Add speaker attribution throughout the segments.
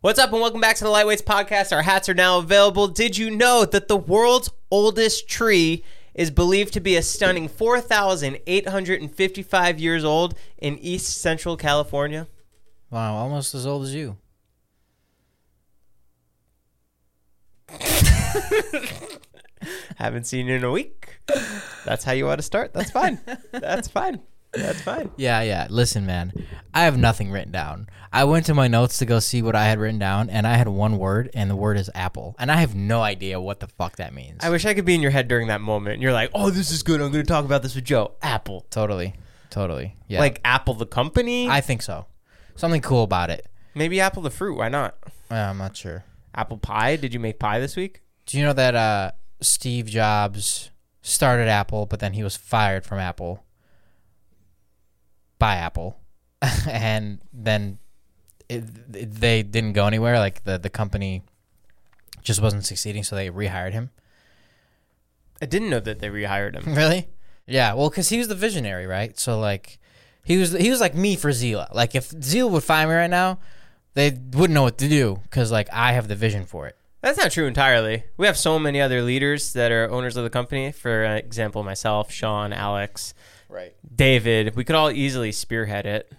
Speaker 1: What's up, and welcome back to the Lightweights Podcast. Our hats are now available. Did you know that the world's oldest tree is believed to be a stunning 4,855 years old in East Central California?
Speaker 2: Wow, almost as old as you.
Speaker 1: Haven't seen you in a week. That's how you want to start. That's fine. That's fine. That's fine.
Speaker 2: Yeah, yeah. Listen, man, I have nothing written down. I went to my notes to go see what I had written down, and I had one word, and the word is apple, and I have no idea what the fuck that means.
Speaker 1: I wish I could be in your head during that moment. And you're like, oh, this is good. I'm going to talk about this with Joe. Apple.
Speaker 2: totally, totally. Yeah,
Speaker 1: Like Apple the company.
Speaker 2: I think so. Something cool about it.
Speaker 1: Maybe Apple the fruit. Why not?
Speaker 2: Uh, I'm not sure.
Speaker 1: Apple pie. Did you make pie this week?
Speaker 2: Do you know that uh, Steve Jobs started Apple, but then he was fired from Apple by Apple, and then it, it- they didn't go anywhere. Like the the company just wasn't succeeding, so they rehired him.
Speaker 1: I didn't know that they rehired him.
Speaker 2: Really? Yeah. Well, because he was the visionary, right? So like, he was he was like me for Zila. Like if Zila would find me right now, they wouldn't know what to do because like I have the vision for it.
Speaker 1: That's not true entirely. We have so many other leaders that are owners of the company. For example, myself, Sean, Alex,
Speaker 2: Right.
Speaker 1: David. We could all easily spearhead it.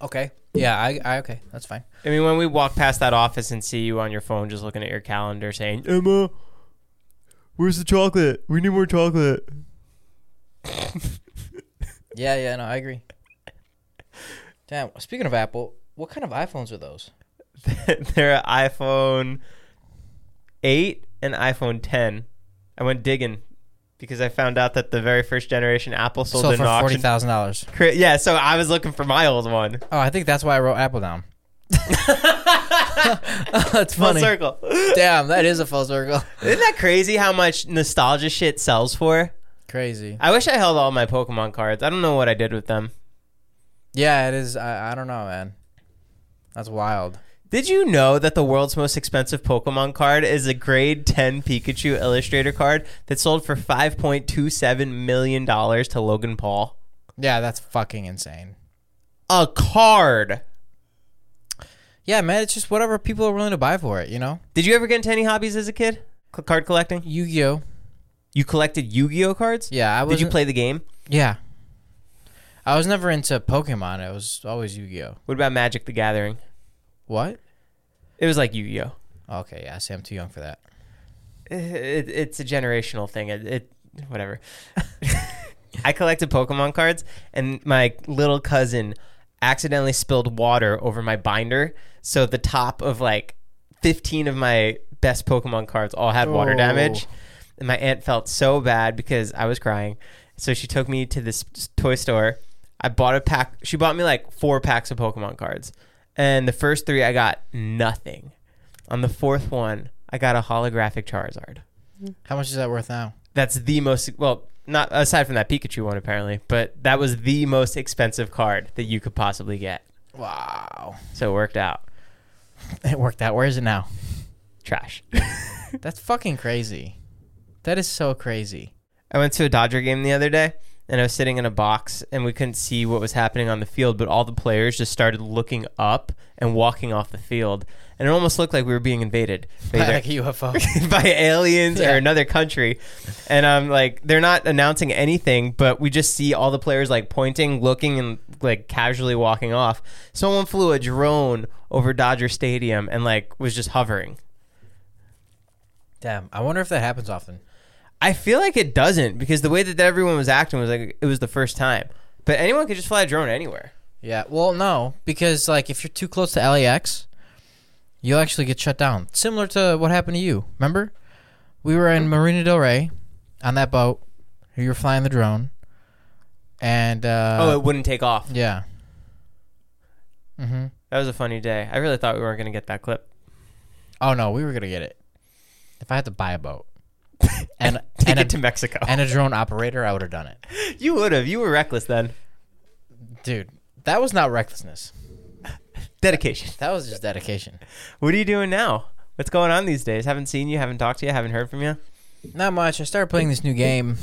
Speaker 2: Okay. Yeah. I. I okay. That's fine.
Speaker 1: I mean, when we walk past that office and see you on your phone just looking at your calendar saying, Emma, where's the chocolate? We need more chocolate.
Speaker 2: Yeah, yeah, no, I agree. Damn. Speaking of Apple, what kind of iPhones are those?
Speaker 1: They're iPhone 8 and iPhone 10. I went digging because I found out that the very first generation Apple sold
Speaker 2: Sold
Speaker 1: in an
Speaker 2: for forty
Speaker 1: auction.
Speaker 2: thousand dollars.
Speaker 1: Cra- Yeah, so I was looking for my old one.
Speaker 2: Oh, I think that's why I wrote Apple down. that's
Speaker 1: Full
Speaker 2: funny.
Speaker 1: circle. Isn't
Speaker 2: Damn, that is a full circle.
Speaker 1: that crazy how much nostalgia shit sells for?
Speaker 2: Crazy.
Speaker 1: I wish I held all my Pokemon cards. I don't know what I did with them.
Speaker 2: Yeah, it is. I, I don't know, man. That's wild.
Speaker 1: Did you know that the world's most expensive Pokemon card is a grade 10 Pikachu Illustrator card that sold for $5.27 million to Logan Paul?
Speaker 2: Yeah, that's fucking insane.
Speaker 1: A card.
Speaker 2: Yeah, man, it's just whatever people are willing to buy for it, you know?
Speaker 1: Did you ever get into any hobbies as a kid? C- card collecting?
Speaker 2: Yu Gi Oh!
Speaker 1: You collected Yu Gi Oh cards?
Speaker 2: Yeah, I was.
Speaker 1: Did you play the game?
Speaker 2: Yeah. I was never into Pokemon. It was always Yu Gi Oh!
Speaker 1: What about Magic the Gathering?
Speaker 2: What?
Speaker 1: It was like Yu Gi Oh.
Speaker 2: Okay, yeah, see, I'm too young for that.
Speaker 1: it, it's a generational thing. It, it whatever. I collected Pokemon cards, and my little cousin accidentally spilled water over my binder, so the top of like fifteen of my best Pokemon cards all had water
Speaker 2: Oh.
Speaker 1: damage, and my aunt felt so bad because I was crying. So she took me to this toy store. I bought a pack. She bought me like four packs of Pokemon cards, and the first three I got nothing. On the fourth one, I got a holographic Charizard.
Speaker 2: How much is that worth now?
Speaker 1: That's the most well, not aside from that Pikachu one apparently, but that was the most expensive card that you could possibly get.
Speaker 2: Wow.
Speaker 1: So it worked out.
Speaker 2: It worked out. Where is it now?
Speaker 1: Trash.
Speaker 2: That's fucking crazy. That is so crazy.
Speaker 1: I went to a Dodger game the other day and I was sitting in a box and we couldn't see what was happening on the field, but all the players just started looking up and walking off the field. And it almost looked like we were being invaded. They either-
Speaker 2: like a UFO.
Speaker 1: by aliens or
Speaker 2: Yeah.
Speaker 1: another country. And I'm like, they're not announcing anything, but we just see all the players like pointing, looking, and like casually walking off. Someone flew a drone over Dodger Stadium and like was just hovering.
Speaker 2: Damn. I wonder if that happens often.
Speaker 1: I feel like it doesn't because the way that everyone was acting was like it was the first time. But anyone could just fly a drone anywhere.
Speaker 2: Yeah. Well, no, because like if you're too close to LAX, you'll actually get shut down. Similar to what happened to you. Remember? We were in Marina Del Rey on that boat. You were flying the drone. And uh
Speaker 1: oh, it wouldn't take off.
Speaker 2: yeah. Mhm.
Speaker 1: That was a funny day. I really thought we weren't going to get that clip.
Speaker 2: Oh no, we were going to get it. If I had to buy a boat and
Speaker 1: Take
Speaker 2: and a,
Speaker 1: it to Mexico.
Speaker 2: and a drone operator, I would have done it.
Speaker 1: you would have. You were reckless then.
Speaker 2: Dude, that was not recklessness.
Speaker 1: Dedication.
Speaker 2: That was just dedication.
Speaker 1: What are you doing now? What's going on these days? Haven't seen you, haven't talked to you, haven't heard from you.
Speaker 2: Not much. I started playing this new game.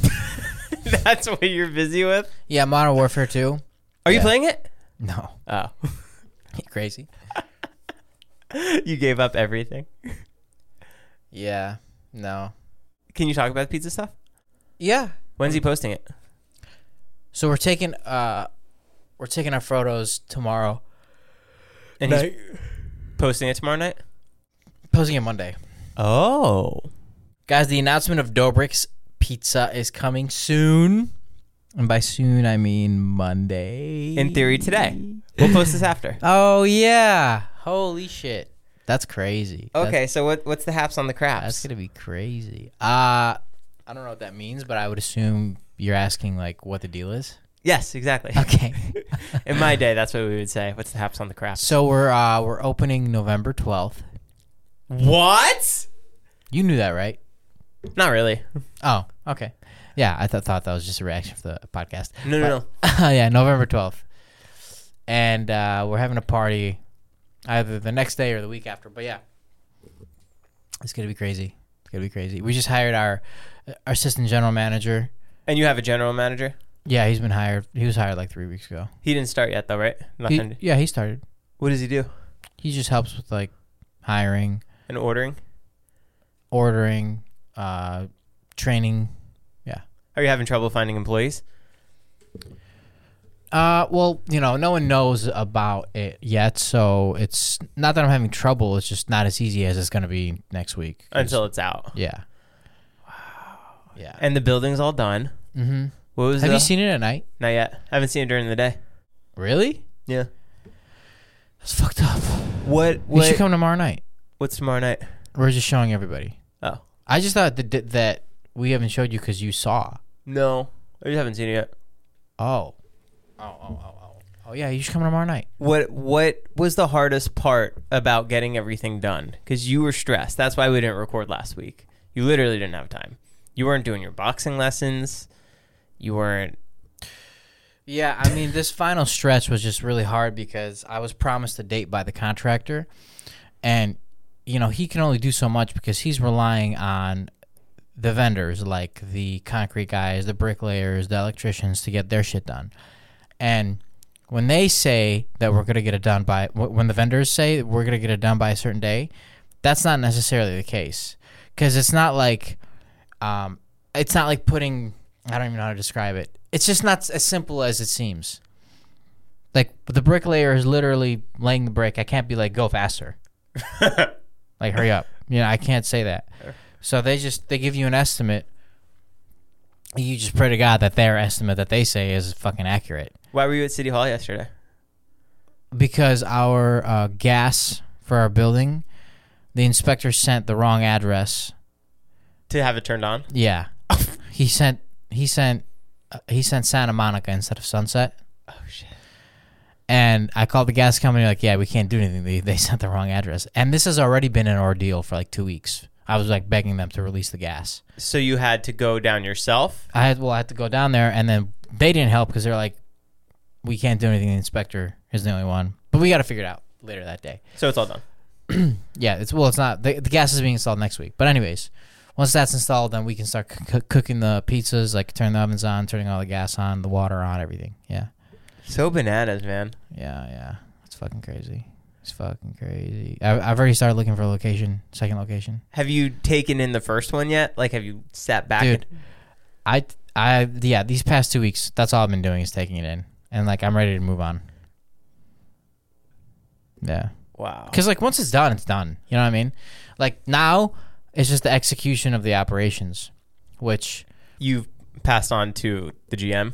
Speaker 1: That's what you're busy with.
Speaker 2: Yeah, Modern Warfare 2.
Speaker 1: Are you
Speaker 2: Yeah.
Speaker 1: Oh. playing it?
Speaker 2: No.
Speaker 1: Oh,
Speaker 2: You crazy?
Speaker 1: you gave up everything.
Speaker 2: Yeah. No.
Speaker 1: Can you talk about the pizza stuff?
Speaker 2: Yeah.
Speaker 1: When's he posting it?
Speaker 2: So we're taking uh we're taking our photos tomorrow.
Speaker 1: And he's posting it tomorrow night.
Speaker 2: posing it Monday.
Speaker 1: Oh,
Speaker 2: Guys, the announcement of Dobrik's pizza is coming soon. And by soon I mean Monday.
Speaker 1: in theory today. We'll post this after.
Speaker 2: Oh yeah. Holy shit. That's crazy. That's-
Speaker 1: Okay, so what what's the haps on the
Speaker 2: That's
Speaker 1: craps?
Speaker 2: gonna be crazy. Uh I don't know what that means, but I would assume you're asking like what the deal is.
Speaker 1: Yes, exactly.
Speaker 2: Okay.
Speaker 1: In my day, that's what we would say. What's the haps on the craps?
Speaker 2: so we're uh we're opening November twelfth.
Speaker 1: What?
Speaker 2: You knew that, right?
Speaker 1: Not really.
Speaker 2: Oh, okay. Yeah, I th- thought that was just a reaction for the podcast.
Speaker 1: No, no, no.
Speaker 2: yeah, November 12th. And uh, we're having a party either the next day or the week after. But yeah, it's going to be crazy. It's going to be crazy. We just hired our, our assistant general manager.
Speaker 1: And you have a general manager.
Speaker 2: Yeah, he's been hired. He was hired like three weeks ago.
Speaker 1: He didn't start yet, though, right?
Speaker 2: He-
Speaker 1: Nothing.
Speaker 2: yeah, he started.
Speaker 1: what does he do?
Speaker 2: He just helps with like hiring,
Speaker 1: And ordering.
Speaker 2: ordering, uh, training.
Speaker 1: Are you having trouble finding employees?
Speaker 2: Uh, well, you know, no one knows about it yet, so it's not that I'm having trouble. It's just not as easy as it's going to be next week. 'cause-
Speaker 1: Until it's out.
Speaker 2: yeah, wow, yeah.
Speaker 1: And the building's all done.
Speaker 2: Mm-hmm.
Speaker 1: What was
Speaker 2: Have
Speaker 1: the-
Speaker 2: you seen it at night?
Speaker 1: Not yet. I haven't seen it during the day.
Speaker 2: Really?
Speaker 1: Yeah.
Speaker 2: That's fucked up.
Speaker 1: What?
Speaker 2: You should
Speaker 1: what
Speaker 2: come tomorrow night.
Speaker 1: what's tomorrow night?
Speaker 2: We're just showing everybody.
Speaker 1: Oh.
Speaker 2: I just thought that that- that we haven't showed you because you saw.
Speaker 1: No, I just haven't seen it yet.
Speaker 2: Oh. Oh, oh, oh, oh. Oh yeah, you should come tomorrow night.
Speaker 1: What What was the hardest part about getting everything done? Because you were stressed. That's why we didn't record last week. You literally didn't have time. You weren't doing your boxing lessons. You weren't.
Speaker 2: Yeah, I mean, this final stretch was just really hard because I was promised a date by the contractor, and you know he can only do so much because he's relying on the vendors like the concrete guys, the bricklayers, the electricians to get their shit done, and when they say that we're gonna get it done by wh- when the vendors say we're gonna get it done by a certain day, that's not necessarily the case because it's not like um, it's not like putting I don't even know how to describe it. It's just not s- as simple as it seems. Like the bricklayer is literally laying the brick. I can't be like go faster, like hurry up. You know I can't say that. So they just they give you an estimate. You just pray to God that their estimate that they say is fucking accurate
Speaker 1: Why were you at City Hall yesterday?
Speaker 2: because our uh, gas for our building, the inspector sent the wrong address.
Speaker 1: To have it turned on?
Speaker 2: Yeah, he sent he sent uh, he sent Santa Monica instead of Sunset.
Speaker 1: Oh shit!
Speaker 2: And I called the gas company, like, yeah, we can't do anything. They, they sent the wrong address. And this has already been an ordeal for like two weeks. I was like begging them to release the gas.
Speaker 1: So you had to go down yourself.
Speaker 2: I had, well, I had to go down there, and then they didn't help because they're like, we can't do anything. The inspector is the only one. But we got to figure it out later that day.
Speaker 1: So it's all done.
Speaker 2: Yeah, it's, well, it's not. The, the gas is being installed next week. But, anyways, once that's installed, then we can start c- c- cooking the pizzas, like turn the ovens on, turning all the gas on, the water on, everything. Yeah.
Speaker 1: So bananas, man.
Speaker 2: Yeah, yeah. It's fucking crazy. It's fucking crazy. I, I've already started looking for a location, second location.
Speaker 1: Have you taken in the first one yet? Like, have you sat back?
Speaker 2: Dude,
Speaker 1: and-
Speaker 2: I, I, yeah, these past two weeks, that's all I've been doing is taking it in. And like, I'm ready to move on. Yeah.
Speaker 1: wow.
Speaker 2: Cause like, once it's done, it's done. You know what I mean? Like, now it's just the execution of the operations, which,
Speaker 1: You've passed on to the GM.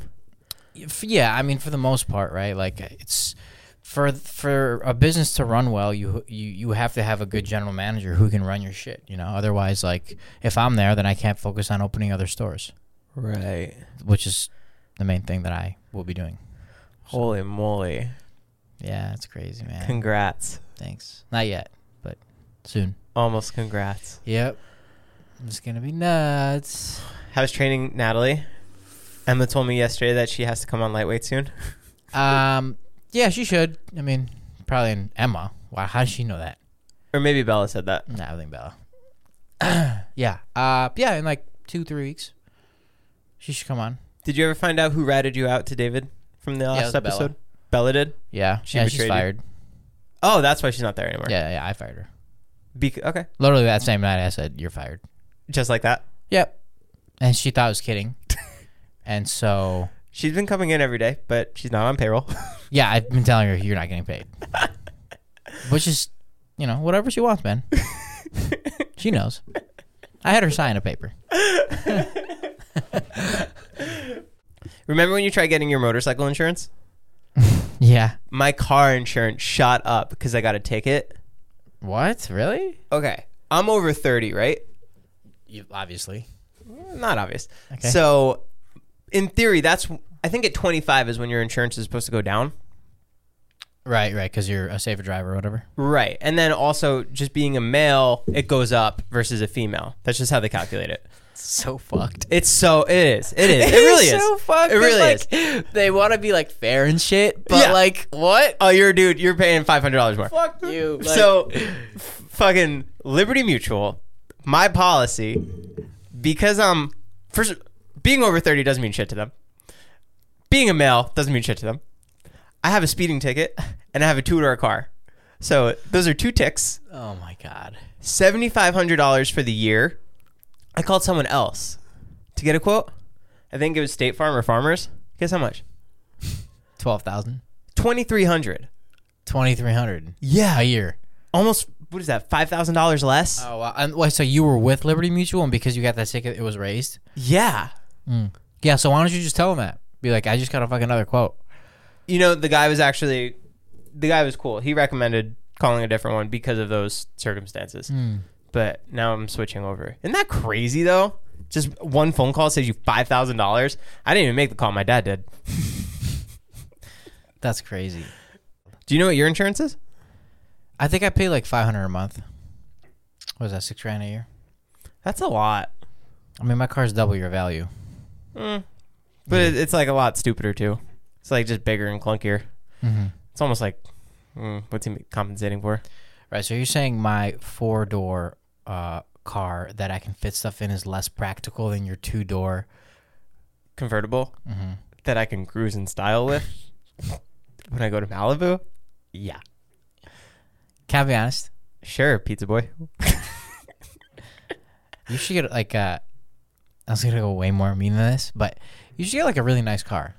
Speaker 2: f- yeah, I mean, for the most part, right? Like, it's. For, for a business to run well, you, you you have to have a good general manager who can run your shit. You know, otherwise, like if I'm there, then I can't focus on opening other stores,
Speaker 1: Right.
Speaker 2: which is the main thing that I will be doing.
Speaker 1: Holy moly.
Speaker 2: Yeah, it's crazy, man.
Speaker 1: Congrats.
Speaker 2: Thanks. Not yet, but soon.
Speaker 1: Almost congrats.
Speaker 2: Yep. It's gonna be nuts.
Speaker 1: How's training Natalie? Emma told me yesterday that she has to come on lightweight soon.
Speaker 2: Um. Yeah, she should. I mean, probably in Emma. Wow, how does she know that?
Speaker 1: Or maybe Bella said that.
Speaker 2: Nah, I think Bella. yeah. Uh. Yeah, in like two, three weeks, she should come on.
Speaker 1: Did you ever find out who ratted you out to David from the
Speaker 2: it
Speaker 1: last
Speaker 2: was Bella.
Speaker 1: episode? Bella. did?
Speaker 2: Yeah.
Speaker 1: She
Speaker 2: yeah, she's
Speaker 1: betrayed you.
Speaker 2: fired.
Speaker 1: Oh, that's why she's not there anymore.
Speaker 2: Yeah, yeah, I fired her.
Speaker 1: Bec- okay.
Speaker 2: Literally that same night, I said, "You're fired."
Speaker 1: Just like that.
Speaker 2: Yep. And she thought I was kidding. and so,
Speaker 1: She's been coming in every day, but she's not on payroll.
Speaker 2: yeah, I've been telling her you're not getting paid, which is, you know, whatever she wants, man. she knows. I had her sign a paper.
Speaker 1: Remember when you tried getting your motorcycle insurance?
Speaker 2: Yeah.
Speaker 1: My car insurance shot up because I got a ticket.
Speaker 2: What? Really?
Speaker 1: Okay. I'm over 30, right?
Speaker 2: You, obviously.
Speaker 1: Not obvious.
Speaker 2: Okay.
Speaker 1: So, in theory, that's, I think at 25 is when your insurance is supposed to go down.
Speaker 2: Right, right, because you're a safer driver or whatever.
Speaker 1: Right. And then also, just being a male, it goes up versus a female. That's just how they calculate it.
Speaker 2: So fucked.
Speaker 1: It's so, it is. It is. It, really is.
Speaker 2: so fucked.
Speaker 1: It really
Speaker 2: It's like, They want to be like fair and shit, but
Speaker 1: Yeah.
Speaker 2: like what?
Speaker 1: Oh, you're a dude. You're paying $500 more.
Speaker 2: Fuck you. Like,
Speaker 1: so f- fucking Liberty Mutual, my policy, because I'm first being over thirty doesn't mean shit to them. Being a male doesn't mean shit to them. I have a speeding ticket and I have a two door car. So those are two ticks.
Speaker 2: oh my god.
Speaker 1: Seventy five hundred dollars for the year. I called someone else to get a quote. I think it was State Farm or Farmers. Guess how much?
Speaker 2: 12,000.
Speaker 1: Twenty three hundred.
Speaker 2: 2300 a
Speaker 1: Yeah,
Speaker 2: year.
Speaker 1: almost. What is that? Five thousand dollars less.
Speaker 2: Oh, wow. And, wait, so you were with Liberty Mutual and because you got that ticket it was raised?
Speaker 1: yeah.
Speaker 2: Yeah, so why don't you just tell them that? Be like, I just got a fucking another quote.
Speaker 1: you know the guy was actually the guy was cool he recommended calling a different one because of those circumstances
Speaker 2: Hmm.
Speaker 1: but now i'm switching over isn't that crazy though just one phone call saves you $5000 i didn't even make the call my dad did
Speaker 2: That's crazy.
Speaker 1: do you know what your insurance is
Speaker 2: I think I pay like 500 a month. What is that, six grand a year?
Speaker 1: that's a lot
Speaker 2: I mean, my car's double your value.
Speaker 1: but it, it's like a lot stupider too it's like just bigger and clunkier
Speaker 2: Mm-hmm.
Speaker 1: it's almost like mm, what's he compensating for
Speaker 2: Right, so you're saying my four door uh, car that I can fit stuff in is less practical than your two door?
Speaker 1: convertible
Speaker 2: Mm-hmm.
Speaker 1: that i can cruise in style with when i go to malibu yeah
Speaker 2: Can I be honest?
Speaker 1: sure pizza boy
Speaker 2: You should get like a. I was gonna go way more mean than this, but you should get like a really nice car.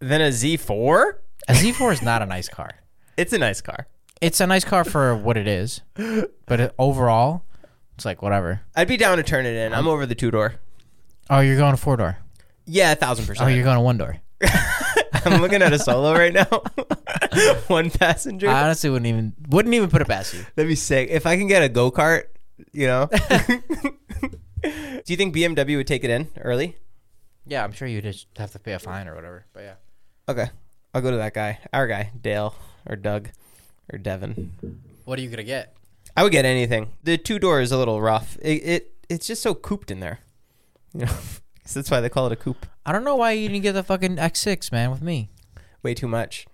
Speaker 1: then a z4
Speaker 2: A Z4 is not a nice car.
Speaker 1: It's a nice car.
Speaker 2: It's a nice car for what it is, but it, overall, it's like whatever.
Speaker 1: I'd be down to turn it in. I'm over the two door.
Speaker 2: Oh, you're going four door.
Speaker 1: Yeah, a thousand
Speaker 2: Oh,
Speaker 1: percent.
Speaker 2: you're going one door.
Speaker 1: I'm looking at a solo right now. One passenger.
Speaker 2: I honestly wouldn't even wouldn't even put it past you.
Speaker 1: That'd be sick. If I can get a go kart, you know. Do you think BMW would take it in early?
Speaker 2: Yeah, I'm sure you'd just have to pay a fine or whatever. But yeah,
Speaker 1: Okay. I'll go to that guy. Our guy, Dale or Doug or Devin.
Speaker 2: what are you gonna get?
Speaker 1: I would get anything. The two door is a little rough. It, it it's just so cooped in there. You know. 'Cause that's why they call it a coupe.
Speaker 2: I don't know why you didn't get the fucking X6, man. With me,
Speaker 1: Way too much.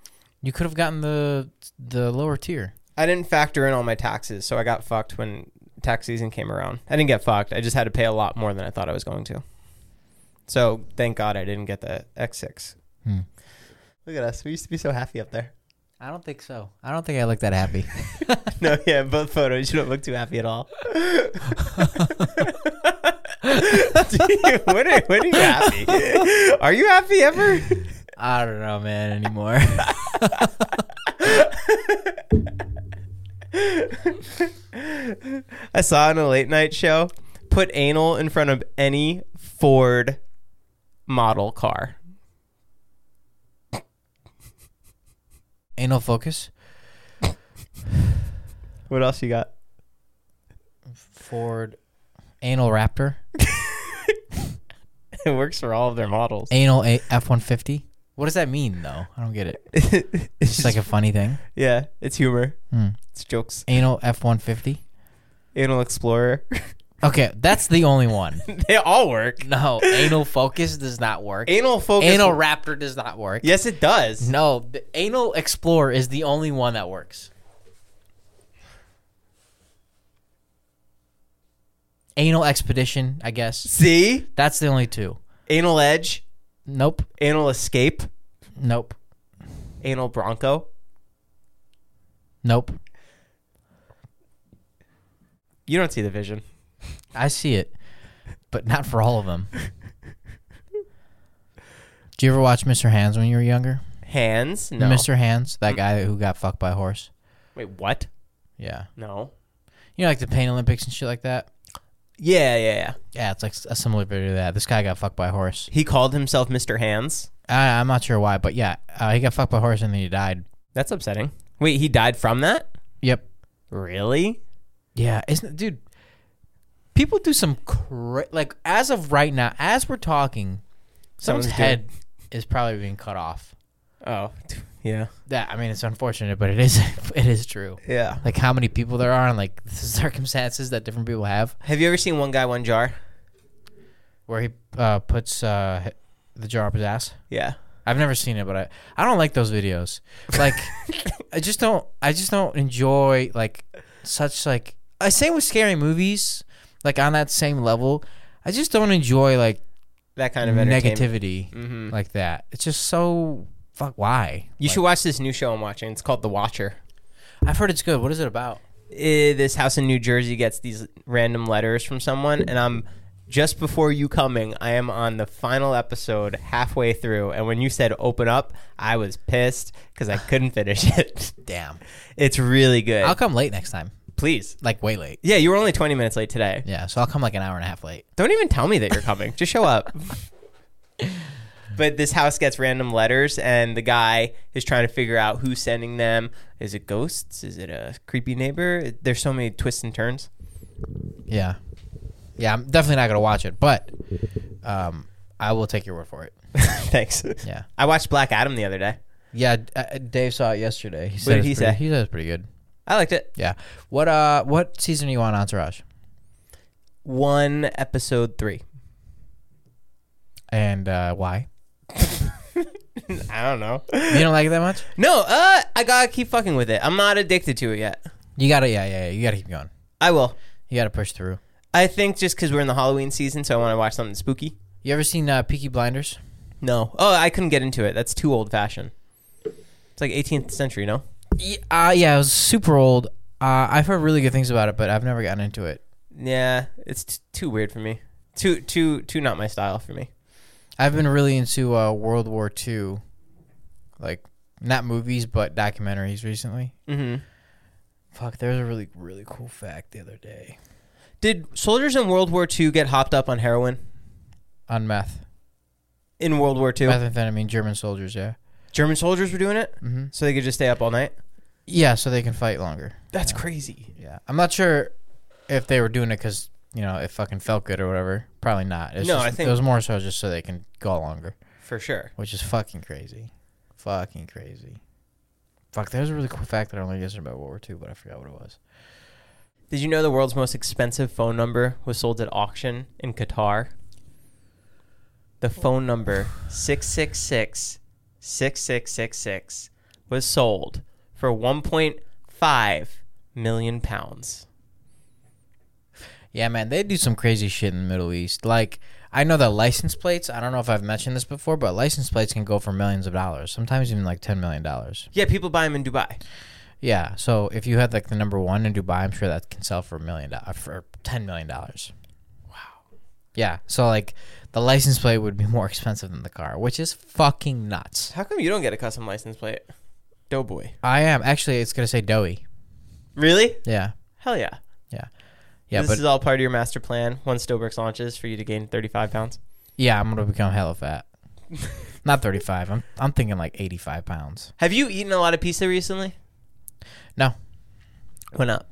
Speaker 2: you could have gotten the the lower tier.
Speaker 1: I didn't factor in all my taxes, so I got fucked when tax season came around. I didn't get fucked. I just had to pay a lot more than I thought I was going to. So thank God I didn't get the X6.
Speaker 2: Hmm.
Speaker 1: Look at us. We used to be so happy up there.
Speaker 2: I don't think so. I don't think I look that happy.
Speaker 1: no, yeah, both photos. You don't look too happy at all. Dude, when, are, when are you happy? Are you happy ever?
Speaker 2: I don't know, man, anymore.
Speaker 1: I saw on a late night show put anal in front of any Ford model car.
Speaker 2: Anal focus
Speaker 1: What else you got?
Speaker 2: Ford anal Raptor
Speaker 1: It works for all of their models.
Speaker 2: anal F one fifty. What does that mean though? I don't get it.
Speaker 1: it's
Speaker 2: It's just like a funny thing.
Speaker 1: yeah, it's humor.
Speaker 2: Hmm.
Speaker 1: It's jokes.
Speaker 2: Anal F one fifty.
Speaker 1: Anal Explorer.
Speaker 2: Okay, that's the only one.
Speaker 1: they all work.
Speaker 2: No, anal focus does not work.
Speaker 1: Anal focus.
Speaker 2: Anal Raptor does not work.
Speaker 1: Yes, it does.
Speaker 2: No, the anal Explorer is the only one that works. Anal Expedition, I guess.
Speaker 1: See?
Speaker 2: That's the only two.
Speaker 1: Anal Edge.
Speaker 2: Nope.
Speaker 1: Anal Escape.
Speaker 2: Nope.
Speaker 1: Anal Bronco.
Speaker 2: Nope.
Speaker 1: You don't see the vision.
Speaker 2: I see it, but not for all of them. Do you ever watch Mr. Hands when you were younger?
Speaker 1: Hands? No.
Speaker 2: Mr. Hands, that guy who got fucked by a horse.
Speaker 1: Wait, what?
Speaker 2: Yeah.
Speaker 1: No.
Speaker 2: You know, like the Pain Olympics and shit like that?
Speaker 1: Yeah, yeah, yeah.
Speaker 2: Yeah, it's like a similar video to that. This guy got fucked by a horse.
Speaker 1: He called himself Mr. Hands.
Speaker 2: I, I'm not sure why, but yeah, uh, he got fucked by a horse and then he died.
Speaker 1: That's upsetting. Wait, he died from that?
Speaker 2: Yep.
Speaker 1: Really?
Speaker 2: Yeah, isn't dude? People do some cra- like as of right now, as we're talking, someone's,
Speaker 1: Someone's
Speaker 2: head is probably being cut off.
Speaker 1: Oh, t- yeah.
Speaker 2: That I mean, it's unfortunate, but it is it is true.
Speaker 1: Yeah.
Speaker 2: Like how many people there are, and like the circumstances that different people have,
Speaker 1: Have you ever seen One Guy, One Jar?
Speaker 2: where he uh, puts uh, h- the jar up his ass.
Speaker 1: Yeah.
Speaker 2: I've never seen it, but I I don't like those videos. Like I just don't I just don't enjoy like such like I same with scary movies like on that same level. I just don't enjoy like
Speaker 1: That kind of entertainment.
Speaker 2: negativity
Speaker 1: Mm-hmm.
Speaker 2: like that. It's just so fuck why.
Speaker 1: You should watch this new show I'm watching. It's called The Watcher.
Speaker 2: I've heard it's good. What is it about?
Speaker 1: eh, this house in New Jersey gets these random letters from someone, and I'm just before you coming. I am on the final episode, halfway through, and when you said open up, I was pissed because I couldn't finish it.
Speaker 2: Damn.
Speaker 1: It's really good.
Speaker 2: I'll come late next time.
Speaker 1: Please,
Speaker 2: Like way late.
Speaker 1: yeah, you were only 20 minutes late today.
Speaker 2: Yeah, so I'll come like an hour and a half late.
Speaker 1: Don't even tell me that you're coming. Just show up. But this house gets random letters, and the guy is trying to figure out who's sending them. Is it ghosts? Is it a creepy neighbor? There's so many twists and turns.
Speaker 2: Yeah. Yeah, I'm definitely not gonna watch it, but um I will take your word for it.
Speaker 1: Thanks.
Speaker 2: Yeah.
Speaker 1: I watched Black Adam the other day.
Speaker 2: Yeah, D- uh, Dave saw it yesterday. He said
Speaker 1: did
Speaker 2: it's
Speaker 1: he
Speaker 2: pretty-
Speaker 1: say?
Speaker 2: He said it's pretty good.
Speaker 1: I liked it.
Speaker 2: Yeah. What uh what season are you on Entourage?
Speaker 1: One episode three.
Speaker 2: And uh why?
Speaker 1: I don't know.
Speaker 2: You don't like it that much?
Speaker 1: No, uh, I gotta keep fucking with it. I'm not addicted to it yet.
Speaker 2: You gotta yeah, yeah, yeah, you gotta keep going.
Speaker 1: I will.
Speaker 2: You gotta push through.
Speaker 1: I think just because we're in the Halloween season, so I want to watch something spooky.
Speaker 2: You ever seen uh Peaky Blinders?
Speaker 1: No. Oh, I couldn't get into it. That's too old fashioned. It's like 18th century, no?
Speaker 2: Yeah, uh, yeah, it was super old. Uh, I've heard really good things about it, but I've never gotten into it.
Speaker 1: Yeah, it's t- too weird for me. Too, too, too not my style for me.
Speaker 2: I've been really into uh, World War II, like not movies but documentaries recently.
Speaker 1: Mm-hmm.
Speaker 2: Fuck, there was a really really cool fact the other day
Speaker 1: Did soldiers in World War II get hopped up on heroin
Speaker 2: on meth,
Speaker 1: in World War II?
Speaker 2: methamphetamine, German soldiers. Yeah,
Speaker 1: German soldiers were doing it,
Speaker 2: hmm
Speaker 1: so they could just stay up all night.
Speaker 2: yeah, so they can fight longer.
Speaker 1: That's crazy.
Speaker 2: Yeah, I'm not sure if they were doing it because you know it fucking felt good or whatever. Probably not. It's
Speaker 1: No,
Speaker 2: just-
Speaker 1: I think-
Speaker 2: it was more so just so they can go longer,
Speaker 1: For sure.
Speaker 2: which is fucking crazy, fucking crazy. Fuck, there's a really cool fact that I only yesterday about World War II, but I forgot what it was.
Speaker 1: Did you know the world's most expensive phone number was sold at auction in Qatar? The phone number 666 6666 was sold for 1.5 million pounds.
Speaker 2: Yeah, man, they do some crazy shit in the Middle East. Like, I know that license plates, I don't know if I've mentioned this before, but license plates can go for millions of dollars, sometimes even like $10 million.
Speaker 1: Yeah, people buy them in Dubai.
Speaker 2: Yeah, so if you had like the number one in Dubai, I'm sure that can sell for a million dollars, for $10 million. Wow. Yeah, so like the license plate would be more expensive than the car, which is fucking nuts.
Speaker 1: How come you don't get a custom license plate? Doughboy.
Speaker 2: I am. Actually, it's going to say Doughy.
Speaker 1: Really?
Speaker 2: Yeah.
Speaker 1: Hell yeah.
Speaker 2: Yeah,
Speaker 1: this
Speaker 2: but
Speaker 1: is all part of your master plan once Stobrix launches for you to gain 35 pounds.
Speaker 2: yeah, I'm going to become hella fat. Not 35. I'm, I'm thinking like 85 pounds.
Speaker 1: Have you eaten a lot of pizza recently?
Speaker 2: No.
Speaker 1: Why not?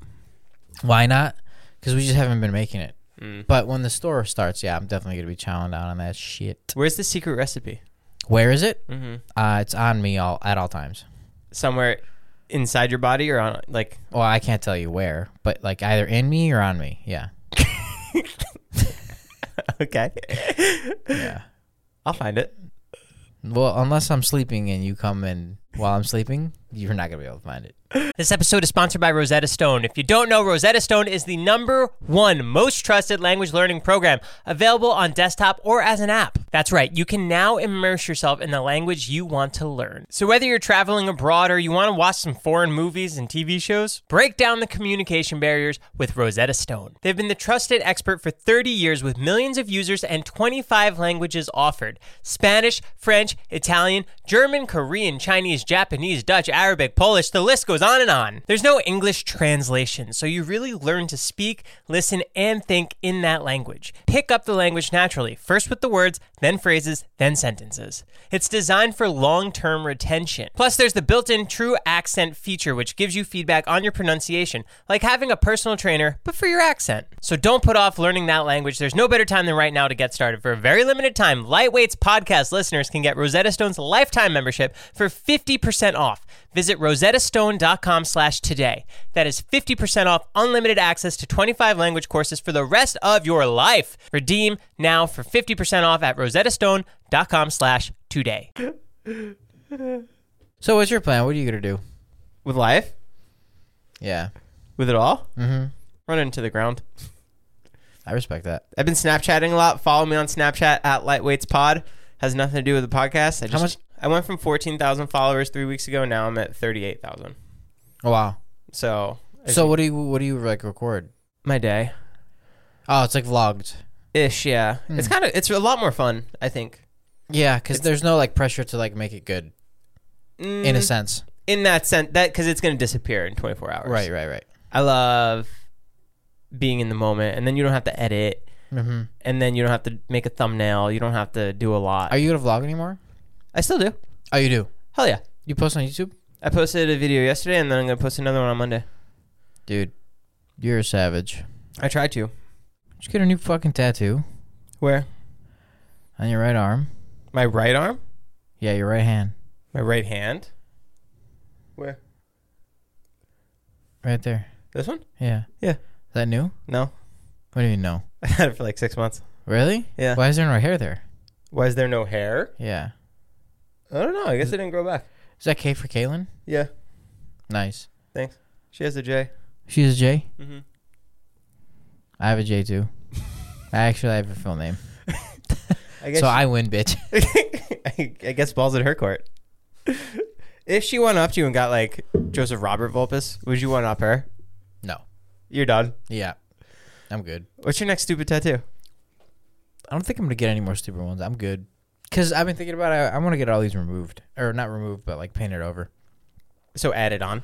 Speaker 2: Why not? Because we just haven't been making it.
Speaker 1: Mm.
Speaker 2: But when the store starts, yeah, I'm definitely gonna be chowing down on that shit.
Speaker 1: Where's the secret recipe?
Speaker 2: Where is it?
Speaker 1: Mm-hmm.
Speaker 2: Uh, it's on me all at all times.
Speaker 1: somewhere inside your body or on like
Speaker 2: Well, I can't tell you where, but like either in me or on me. Yeah,
Speaker 1: okay
Speaker 2: yeah.
Speaker 1: i'll find it
Speaker 2: Well, unless I'm sleeping and you come in while I'm sleeping, You're not gonna be able to find it.
Speaker 1: This episode is sponsored by Rosetta Stone. If you don't know, Rosetta Stone is the number one most trusted language learning program available on desktop or as an app. That's right, you can now immerse yourself in the language you want to learn. So, whether you're traveling abroad or you want to watch some foreign movies and TV shows, break down the communication barriers with Rosetta Stone. They've been the trusted expert for 30 years with millions of users and 25 languages offered Spanish, French, Italian, German, Korean, Chinese, Japanese, Dutch, Arabic, Polish, the list goes on and on. There's no English translation, so you really learn to speak, listen, and think in that language. Pick up the language naturally, first with the words, then phrases, then sentences. It's designed for long term retention. Plus, there's the built in true accent feature, which gives you feedback on your pronunciation, like having a personal trainer, but for your accent. So don't put off learning that language. There's no better time than right now to get started. For a very limited time, Lightweight's podcast listeners can get Rosetta Stone's lifetime membership for 50% off. Visit rosettastone.com slash today. That is 50% off unlimited access to 25 language courses for the rest of your life. Redeem now for 50% off at rosettastone.com slash today.
Speaker 2: So what's your plan? What are you gonna do?
Speaker 1: With life?
Speaker 2: Yeah.
Speaker 1: With it all?
Speaker 2: Mm-hmm.
Speaker 1: Run into the ground.
Speaker 2: I respect that.
Speaker 1: I've been Snapchatting a lot. Follow me on Snapchat at Lightweights Pod. Has nothing to do with the podcast. I just,
Speaker 2: How much-
Speaker 1: I went from 14,000 followers three weeks ago. Now I'm at 38,000.
Speaker 2: Oh wow.
Speaker 1: So, I
Speaker 2: So
Speaker 1: think-
Speaker 2: what do you what do you like record?
Speaker 1: my day
Speaker 2: Oh, it's like vlogged.
Speaker 1: ish, yeah.
Speaker 2: Hmm.
Speaker 1: It's kind of, it's a lot more fun, I think.
Speaker 2: Yeah, because there's no like pressure to like make it good
Speaker 1: Mm,
Speaker 2: in a sense.
Speaker 1: in that sense, that because it's going to disappear in 24 hours.
Speaker 2: Right, right, right.
Speaker 1: I love being in the moment, and then you don't have to edit,
Speaker 2: Mm-hmm.
Speaker 1: and then you don't have to make a thumbnail. You don't have to do a lot.
Speaker 2: Are you gonna vlog anymore?
Speaker 1: I still do.
Speaker 2: Oh, you do.
Speaker 1: Hell yeah!
Speaker 2: You post on YouTube,
Speaker 1: I posted a video yesterday, and then I'm going to post another one on Monday.
Speaker 2: dude. You're a savage.
Speaker 1: I tried to.
Speaker 2: Just get a new fucking tattoo
Speaker 1: Where?
Speaker 2: on your right arm.
Speaker 1: My right arm.
Speaker 2: Yeah, your right hand,
Speaker 1: My right hand. Where?
Speaker 2: right there.
Speaker 1: This one?
Speaker 2: Yeah.
Speaker 1: Yeah.
Speaker 2: Is that new?
Speaker 1: No,
Speaker 2: What do you know?
Speaker 1: I had it for like six months.
Speaker 2: Really?
Speaker 1: Yeah.
Speaker 2: Why is there no hair there?
Speaker 1: Why is there no hair?
Speaker 2: Yeah.
Speaker 1: I don't know. I guess it didn't grow back.
Speaker 2: Is that K for Kaylin?
Speaker 1: Yeah,
Speaker 2: Nice.
Speaker 1: she has a J.
Speaker 2: She's a J.
Speaker 1: Mhm.
Speaker 2: I have a J too. I actually have a full name,
Speaker 1: I guess
Speaker 2: so I win, bitch.
Speaker 1: I, I guess balls at her court. if she went up to you and got like Joseph Robert Vulpus, would you one up her?
Speaker 2: No.
Speaker 1: You're done.
Speaker 2: Yeah. I'm good.
Speaker 1: What's your next stupid tattoo?
Speaker 2: I don't think I'm gonna get any more stupid ones. I'm good. Cause I've been thinking about it. I, I want to get all these removed, or not removed, but like painted over.
Speaker 1: So add it on.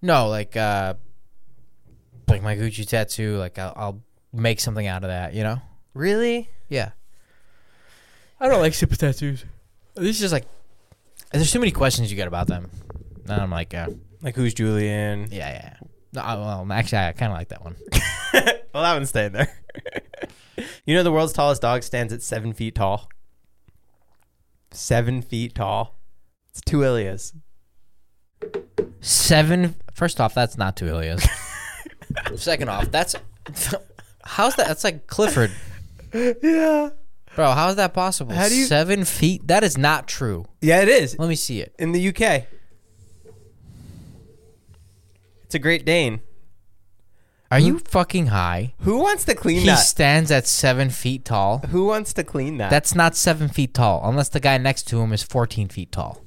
Speaker 2: No, like uh, like my Gucci tattoo. Like I'll, I'll make something out of that. You know?
Speaker 1: Really?
Speaker 2: Yeah. I don't like super tattoos. This is just like there's too many questions you get about them, and I'm like, uh,
Speaker 1: Like who's Julian?
Speaker 2: yeah, yeah. No, I, well, actually, I kind of like that one.
Speaker 1: Well, that one's staying there. you know the world's tallest dog stands at seven feet tall. Seven feet tall. It's two Ilias.
Speaker 2: Seven. First off, that's not two Ilias. Second off, that's how's that? That's like Clifford.
Speaker 1: Yeah.
Speaker 2: Bro, how is that possible?
Speaker 1: How do you-
Speaker 2: Seven feet? That is not true.
Speaker 1: Yeah, it is.
Speaker 2: Let me see it.
Speaker 1: In the UK. It's a Great Dane.
Speaker 2: Are you fucking high?
Speaker 1: Who wants to clean
Speaker 2: He
Speaker 1: that?
Speaker 2: stands at seven feet tall.
Speaker 1: Who wants to clean that?
Speaker 2: That's not seven feet tall, unless the guy next to him is 14 feet tall.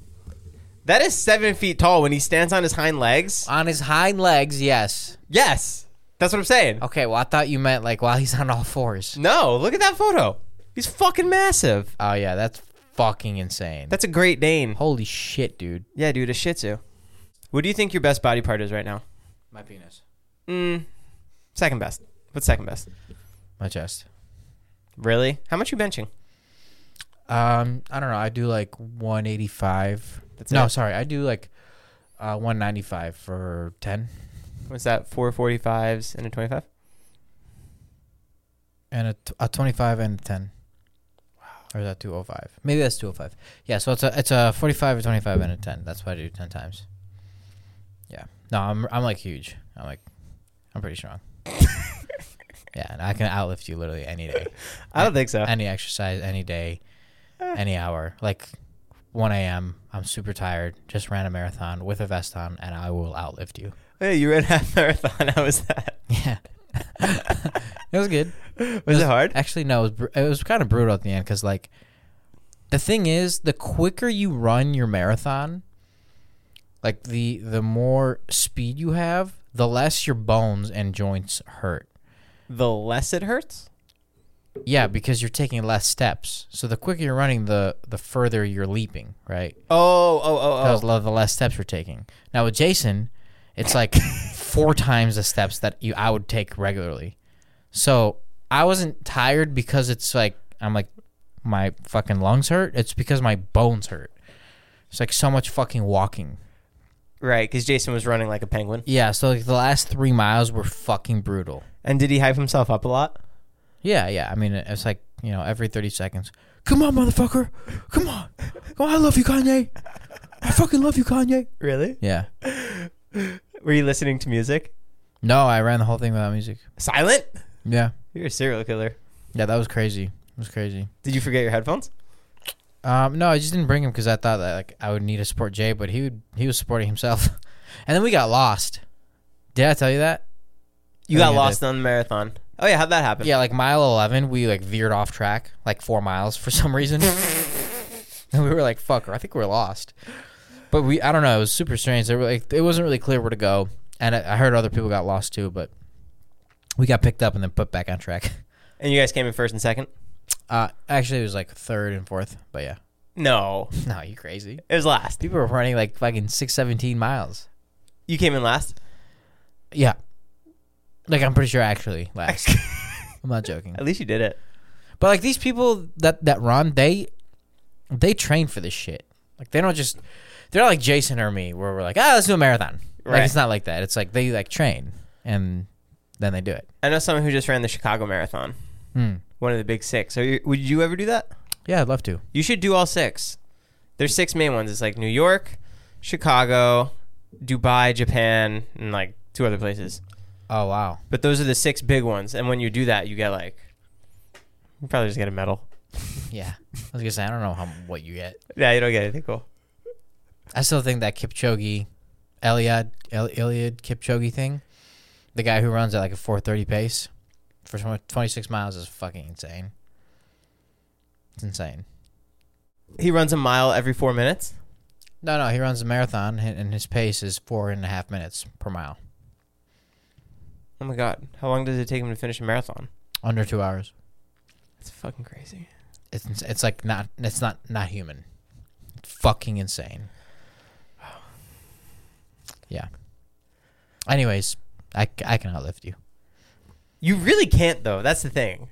Speaker 1: That is seven feet tall when he stands on his hind legs.
Speaker 2: On his hind legs, yes.
Speaker 1: Yes, that's what I'm saying.
Speaker 2: Okay, well, I thought you meant like while he's on all fours.
Speaker 1: No, look at that photo. He's fucking massive.
Speaker 2: Oh, yeah, that's fucking insane.
Speaker 1: That's a Great Dane.
Speaker 2: Holy shit, dude.
Speaker 1: Yeah, dude, a Shih Tzu. What do you think your best body part is right now?
Speaker 2: My penis.
Speaker 1: Mm, second best. What's second best?
Speaker 2: My chest.
Speaker 1: Really? How much you benching?
Speaker 2: Um, I don't know. I do like 185.
Speaker 1: That's
Speaker 2: no,
Speaker 1: it?
Speaker 2: sorry. I do like uh, 195 for 10.
Speaker 1: What's that? Four forty-fives and a twenty-five.
Speaker 2: and a, t- a 25 and a 10 or is that 205 maybe that's 205 yeah so it's a it's a 45 a 25 and a 10 that's what i do 10 times yeah no i'm i'm like huge i'm like i'm pretty strong yeah and i can outlift you literally any day
Speaker 1: I don't think so.
Speaker 2: any exercise any day any hour like 1 a.m. I'm super tired. Just ran a marathon with a vest on, and I will outlift you.
Speaker 1: Hey, you ran half marathon. How was that?
Speaker 2: Yeah. it was good.
Speaker 1: Was it hard?
Speaker 2: Actually, no. It was, br- it was kind of brutal at the end because, like, the thing is, the quicker you run your marathon, like the the more speed you have, the less your bones and joints hurt.
Speaker 1: The less it hurts.
Speaker 2: Yeah, because you're taking less steps. So the quicker you're running, the the further you're leaping. Right.
Speaker 1: Oh, oh, oh,
Speaker 2: That was lo- the less steps you're taking. Now with Jason, it's like four times the steps that you I would take regularly. So I wasn't tired because it's like I'm like my fucking lungs hurt. It's because my bones hurt. It's like so much fucking walking.
Speaker 1: Right, because Jason was running like a penguin.
Speaker 2: Yeah. So like the last three miles were fucking brutal.
Speaker 1: And did he hype himself up a lot?
Speaker 2: Yeah. Yeah. I mean, it's like you know every thirty seconds. Come on, motherfucker. Come on. Come on. I love you, Kanye. I fucking love you, Kanye.
Speaker 1: Really?
Speaker 2: Yeah.
Speaker 1: Were you listening to music?
Speaker 2: No, I ran the whole thing without music.
Speaker 1: Silent?
Speaker 2: Yeah.
Speaker 1: You're a serial killer.
Speaker 2: Yeah, that was crazy. It was crazy.
Speaker 1: Did you forget your headphones?
Speaker 2: Um, no, I just didn't bring him because I thought that like I would need to support Jay, but he would he was supporting himself, and then we got lost. Did I tell you that?
Speaker 1: You
Speaker 2: Yeah,
Speaker 1: got
Speaker 2: I
Speaker 1: lost on the marathon. Oh yeah, how'd that happen?
Speaker 2: Yeah, like mile eleven, we like veered off track like four miles for some reason, and we were like, "Fucker, I think we're lost." But we, I don't know, it was super strange. They were like, it wasn't really clear where to go, and I, I heard other people got lost too, but we got picked up and then put back on track.
Speaker 1: And you guys came in first and second?
Speaker 2: Uh, actually, it was like third and fourth, but yeah.
Speaker 1: No,
Speaker 2: No, you crazy.
Speaker 1: it was last.
Speaker 2: People were running like fucking six seventeen miles.
Speaker 1: You came in last.
Speaker 2: Yeah. Like I'm pretty sure I actually last. I'm not joking.
Speaker 1: At least you did it.
Speaker 2: But like these people that that run, they they train for this shit. Like they don't just they're not like Jason or me where we're like, ah, let's do a marathon. Like
Speaker 1: Right.
Speaker 2: it's not like that. It's like they like train and then they do it.
Speaker 1: I know someone who just ran the Chicago Marathon,
Speaker 2: Hmm.
Speaker 1: one of the big six. So you, would you ever do that?
Speaker 2: Yeah, I'd love to.
Speaker 1: You should do all six. There's six main ones. It's like New York, Chicago, Dubai, Japan, and like two other places.
Speaker 2: Oh wow.
Speaker 1: But those are the six big ones. And when you do that, you get like you probably just get a medal.
Speaker 2: Yeah. I was gonna say I don't know how what you get.
Speaker 1: Yeah, you don't get anything cool.
Speaker 2: I still think that Kipchoge, Eliad, El- Iliad Kipchoge thing, the guy who runs at like a 4:30 pace for tw- 26 miles is fucking insane. It's insane.
Speaker 1: He runs a mile every four minutes.
Speaker 2: No, no, he runs a marathon h- and his pace is four and a half minutes per mile,
Speaker 1: Oh my god, how long does it take him to finish a marathon?
Speaker 2: under two hours.
Speaker 1: It's fucking crazy.
Speaker 2: It's ins- it's like not it's not not human. It's fucking insane. Yeah. Anyways, I, c- I can outlift you.
Speaker 1: You really can't though. That's the thing.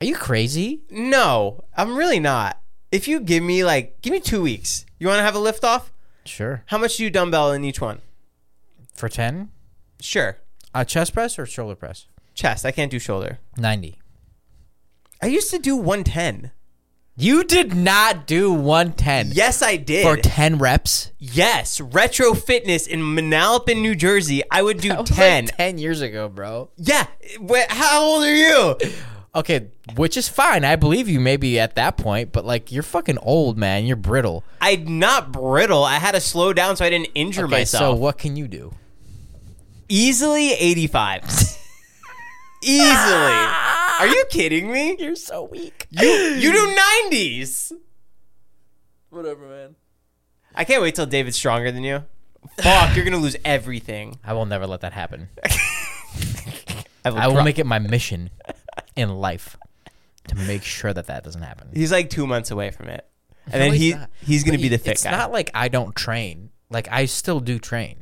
Speaker 2: Are you crazy?
Speaker 1: No, I'm really not. If you give me like, give me two weeks. You want to have a lift off?
Speaker 2: Sure.
Speaker 1: How much do you dumbbell in each one?
Speaker 2: For 10?
Speaker 1: Sure,
Speaker 2: Uh, chest press or shoulder press?
Speaker 1: chest. I can't do shoulder.
Speaker 2: 90.
Speaker 1: I used to do 110.
Speaker 2: You did not do 110
Speaker 1: Yes, I did.
Speaker 2: for 10 reps.
Speaker 1: yes, Retro Fitness in Manalapan, New Jersey. I would do
Speaker 2: That was
Speaker 1: 10.
Speaker 2: like 10 Oh, years ago, bro.
Speaker 1: Yeah. Wait, how old are you?
Speaker 2: Okay, which is fine. I believe you maybe at that point, but like you're fucking old, man. You're brittle.
Speaker 1: I'm not brittle. I had to slow down so I didn't injure
Speaker 2: Okay, so
Speaker 1: myself.
Speaker 2: what can you do?
Speaker 1: Easily 85. Easily. Are you kidding me?
Speaker 2: You're so weak.
Speaker 1: You, you do 90s.
Speaker 2: Whatever, man.
Speaker 1: I can't wait till David's stronger than you. Fuck, you're going to lose everything.
Speaker 2: I will never let that happen.
Speaker 1: I will
Speaker 2: I will
Speaker 1: pro-
Speaker 2: make it my mission in life to make sure that that doesn't happen.
Speaker 1: he's like two months away from it. And
Speaker 2: No,
Speaker 1: then
Speaker 2: he's
Speaker 1: he,
Speaker 2: not.
Speaker 1: he's going to
Speaker 2: But
Speaker 1: be the
Speaker 2: it-
Speaker 1: thick
Speaker 2: it's
Speaker 1: guy.
Speaker 2: not like I don't train. Like I still do train.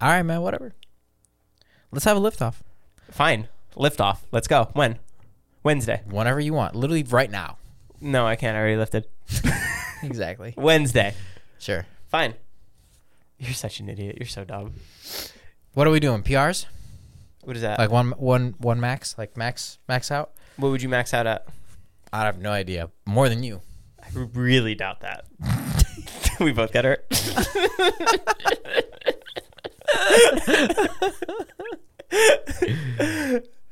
Speaker 2: All right, man. Whatever. Let's have a liftoff
Speaker 1: Fine. Lift off. Let's go. When? Wednesday.
Speaker 2: whenever you want. Literally right now.
Speaker 1: No, I can't. I already lifted.
Speaker 2: Exactly.
Speaker 1: Wednesday.
Speaker 2: Sure.
Speaker 1: Fine. You're such an idiot. You're so dumb.
Speaker 2: What are we doing? PRs?
Speaker 1: What is that?
Speaker 2: Like one, one, one max? Like max, max out?
Speaker 1: what would you max out at?
Speaker 2: I have no idea. More than you.
Speaker 1: I really doubt that. we both got hurt.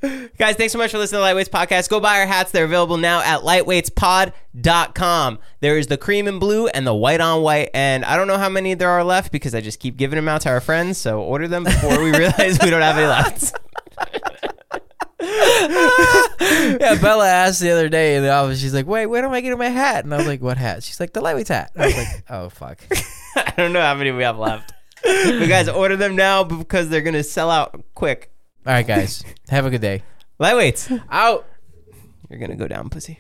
Speaker 1: Guys, guys, thanks so much for listening to the Lightweights podcast. Go buy our hats. They're available now at lightweightspod.com. There is the cream and blue and the white on white. And I don't know how many there are left because I just keep giving them out to our friends. So order them before we realize we don't have any left.
Speaker 2: Yeah, Bella asked the other day in the office. She's like, "Wait, where am I getting my hat?" And I was like, "What hat?" She's like, "The lightweight hat." I was like, "Oh fuck."
Speaker 1: I don't know how many we have left. but guys, order them now because they're going to sell out quick.
Speaker 2: All right, guys, have a good day.
Speaker 1: Lightweights,
Speaker 2: Out.
Speaker 1: you're going to go down, pussy.